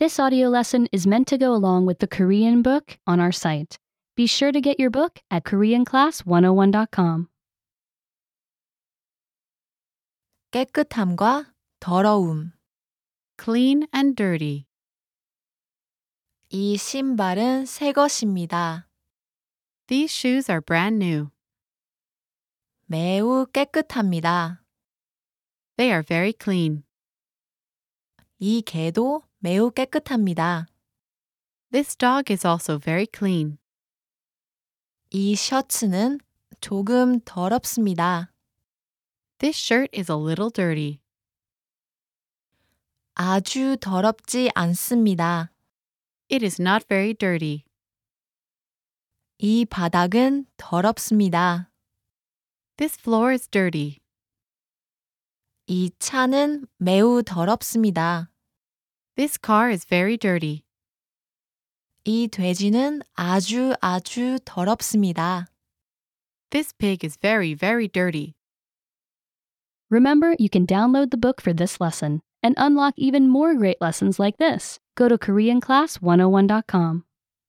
This audio lesson is meant to go along with the Korean book on our site. Be sure to get your book at KoreanClass101.com. 깨끗함과 더러움. clean and dirty. 이 신발은 새 것입니다. These shoes are brand new. 매우 깨끗합니다. They are very clean. 이 개도 매우 깨끗합니다. This dog is also very clean. 이 셔츠는 조금 더럽습니다. This shirt is a little dirty. 아주 더럽지 않습니다. It is not very dirty. 이 바닥은 더럽습니다. This floor is dirty. 이 차는 매우 더럽습니다. This car is very dirty. 이 돼지는 아주 아주 더럽습니다. This pig is very, very dirty. Remember, you can download the book for this oh lesson and unlock even more great lessons like this. Go to KoreanClass101.com.